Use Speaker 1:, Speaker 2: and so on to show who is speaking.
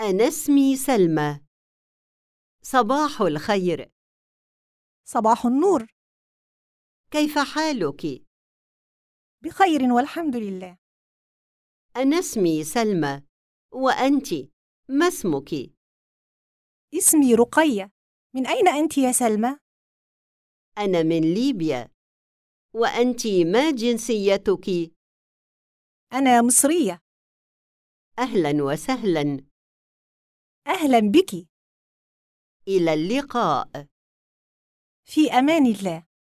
Speaker 1: أنا اسمي سلمى. صباح الخير،
Speaker 2: صباح النور
Speaker 1: كيف حالك؟
Speaker 2: بخير والحمد لله
Speaker 1: أنا اسمي سلمى، وأنتِ ما اسمك؟
Speaker 2: اسمي رقية من أين أنت يا سلمى؟
Speaker 1: أنا من ليبيا. وأنتِ ما جنسيتك؟
Speaker 2: أنا مصرية
Speaker 1: أهلا وسهلا،
Speaker 2: أهلا بك
Speaker 1: إلى اللقاء.
Speaker 2: في أمان الله